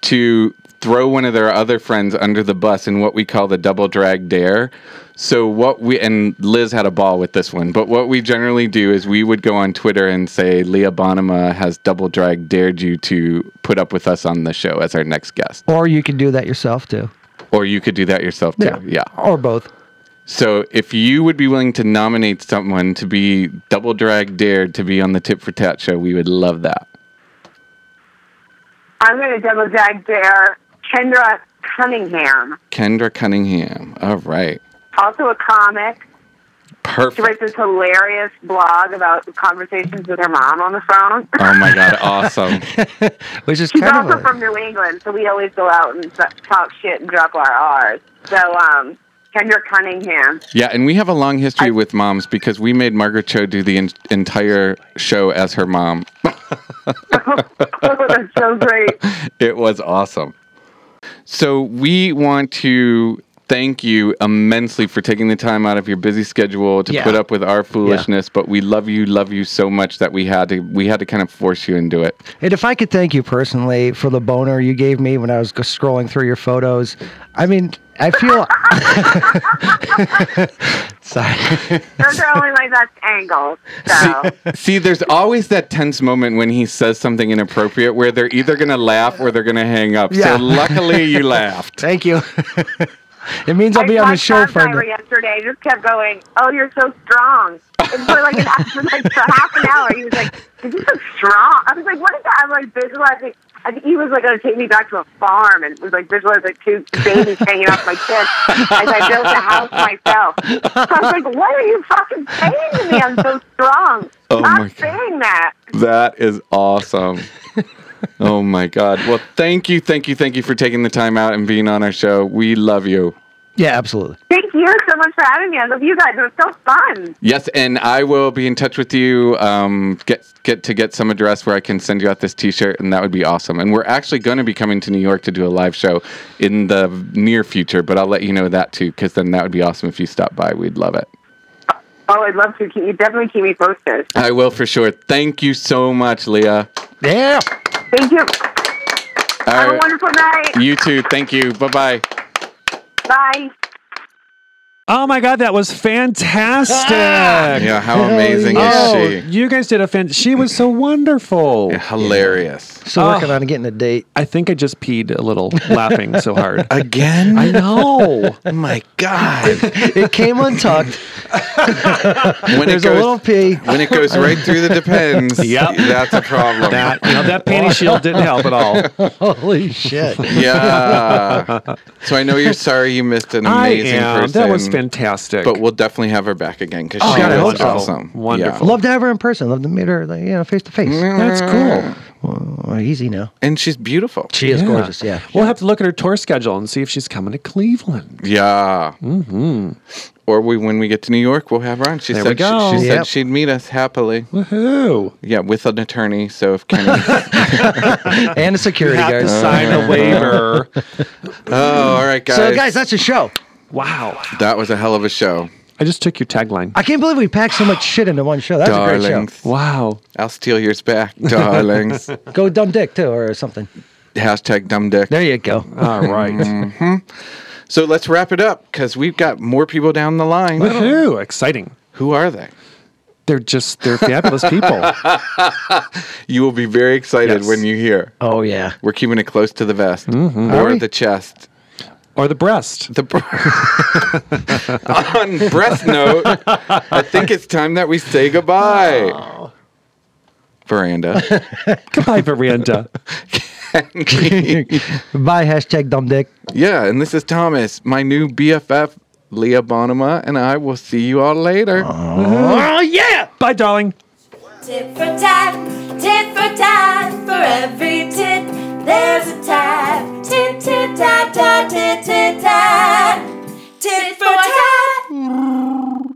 Speaker 5: to throw one of their other friends under the bus in what we call the double drag dare. So what we and Liz had a ball with this one, but what we generally do is we would go on Twitter and say Leah Bonema has double drag dared you to put up with us on the show as our next guest.
Speaker 6: Or you can do that yourself, too.
Speaker 5: Or you could do that yourself too. yeah.
Speaker 6: Or both.
Speaker 5: So, if you would be willing to nominate someone to be double drag dared to be on the Tip for Tat show, we would love that.
Speaker 8: I'm going to double tag there. Kendra Cunningham,
Speaker 5: Kendra Cunningham. All right.
Speaker 8: also a comic. She
Speaker 5: Perfect.
Speaker 8: writes this hilarious blog about conversations with her mom on the phone.
Speaker 5: Oh my God. Awesome.
Speaker 6: Which is
Speaker 8: She's
Speaker 6: kind
Speaker 8: also
Speaker 6: of a-
Speaker 8: from New England, so we always go out and s- talk shit and drop our R's. So, um, Kendra Cunningham.
Speaker 5: Yeah, and we have a long history with moms because we made Margaret Cho do the en- entire show as her mom.
Speaker 8: Oh, that's so great.
Speaker 5: It was awesome. So we want to thank you immensely for taking the time out of your busy schedule to
Speaker 6: Yeah.
Speaker 5: put up with our foolishness, but we love you, love you so much that we had to we had to kind of force you into it.
Speaker 6: And if I could thank you personally for the boner you gave me when I was scrolling through your photos, I mean, I feel. Sorry.
Speaker 8: Those are only my best angles. So,
Speaker 5: See, there's always that tense moment when he says something inappropriate where they're either going to laugh or they're going to hang up.
Speaker 6: Yeah.
Speaker 5: So luckily you laughed.
Speaker 6: Thank you. it means I'll be
Speaker 8: I
Speaker 6: on
Speaker 8: saw
Speaker 6: the show
Speaker 8: Tom
Speaker 6: for.
Speaker 8: Driver yesterday. Just kept going. Oh, you're so strong. And for like an after like for half an hour, he was like, "This is so strong." I was like, "What is that?" I'm like visualizing. I think he was like going to take me back to a farm and was like visualizing like, two babies hanging off my chest as I built the house myself. So I was like, "What are you fucking saying to me? I'm so strong."
Speaker 5: Oh,
Speaker 8: Stop
Speaker 5: my God.
Speaker 8: saying that.
Speaker 5: That is awesome. oh my God. Well, thank you, thank you, thank you for taking the time out and being on our show. We love you.
Speaker 6: Yeah, absolutely.
Speaker 8: Thank you so much for having me. I love you guys. It was so fun.
Speaker 5: Yes, and I will be in touch with you. Um, get get to get some address where I can send you out this T-shirt, and that would be awesome. And we're actually going to be coming to New York to do a live show in the near future, but I'll let you know that too, because then that would be awesome if you stop by. We'd love it.
Speaker 8: Oh, I'd love to. Keep, you definitely keep me posted.
Speaker 5: I will for sure. Thank you so much, Leah.
Speaker 6: Yeah.
Speaker 8: Thank you.
Speaker 5: All
Speaker 8: Have a
Speaker 5: right.
Speaker 8: wonderful night.
Speaker 5: You too. Thank you. Bye bye.
Speaker 8: Bye.
Speaker 4: Oh my god, that was fantastic!
Speaker 5: Yeah, how amazing
Speaker 4: Oh,
Speaker 5: is she?
Speaker 4: you guys did a fan. She was so wonderful.
Speaker 5: Hilarious.
Speaker 6: Still
Speaker 4: Oh.
Speaker 6: working on getting a date.
Speaker 4: I think I just peed a little, laughing so hard.
Speaker 5: Again?
Speaker 4: I know.
Speaker 5: my God.
Speaker 6: It came untucked.
Speaker 5: when
Speaker 6: There's
Speaker 5: it
Speaker 6: a
Speaker 5: goes,
Speaker 6: little pee.
Speaker 5: when it goes right through the depends,
Speaker 4: Yep.
Speaker 5: that's a problem.
Speaker 4: That you know that panty shield didn't help at all.
Speaker 6: Holy shit.
Speaker 5: yeah. So I know you're sorry you missed an
Speaker 4: I
Speaker 5: amazing
Speaker 4: am.
Speaker 5: person.
Speaker 4: That was fantastic. Oh,
Speaker 5: But we'll definitely have her back again because she
Speaker 6: God, I
Speaker 5: was
Speaker 6: hope so.
Speaker 5: awesome.
Speaker 4: Wonderful.
Speaker 5: Yeah.
Speaker 6: Love to have her in person. Love to meet her, like, you know, face to face.
Speaker 4: That's cool.
Speaker 6: Well, uh, easy now.
Speaker 5: And she's beautiful.
Speaker 6: She is gorgeous. Yeah.
Speaker 4: We'll have to look at her tour schedule and see if she's coming to Cleveland.
Speaker 5: Yeah. Mm-hmm. Or we, when we get to New York, we'll have her on. She
Speaker 4: There we
Speaker 5: said she-
Speaker 4: go.
Speaker 5: She,
Speaker 6: Yep.
Speaker 5: said she'd meet us happily.
Speaker 4: Woohoo!
Speaker 5: Yeah, with an attorney. So if Kenny,
Speaker 6: And a
Speaker 4: You
Speaker 6: security
Speaker 4: have to
Speaker 6: guard.
Speaker 4: sign a waiver.
Speaker 5: oh, all right, guys.
Speaker 6: So, guys, that's a show.
Speaker 4: Wow.
Speaker 5: that was a hell of a show,
Speaker 4: I just took your tagline.
Speaker 6: I can't believe we packed so much shit into one show. That's a great
Speaker 5: darlings.
Speaker 4: Wow.
Speaker 5: I'll steal yours back, darlings.
Speaker 6: show. Go dumb dick too, or something.
Speaker 5: Hashtag dumb dick.
Speaker 6: There you go.
Speaker 4: All right.
Speaker 5: So let's wrap it up because we've got more people down the line.
Speaker 4: Woohoo! Exciting.
Speaker 5: Who are they?
Speaker 4: They're just they're fabulous people.
Speaker 5: You will be very excited
Speaker 4: Yes.
Speaker 5: when you hear.
Speaker 6: Oh yeah.
Speaker 5: We're keeping it close to the vest
Speaker 6: Are
Speaker 5: or
Speaker 6: we?
Speaker 5: the chest.
Speaker 4: Or the breast.
Speaker 5: The br- on breast note, I think it's time that we say goodbye. Veranda.
Speaker 4: Goodbye, Veranda.
Speaker 6: Bye hashtag dumb dick.
Speaker 5: yeah, and this is Thomas, my new BFF, Leah Bonema, and I will see you all later.
Speaker 4: oh yeah. Bye, darling.
Speaker 2: Tit for tat, tit for tat, for every tit there's a tat. Tit tit tat tat tit tit tat, tit for tat.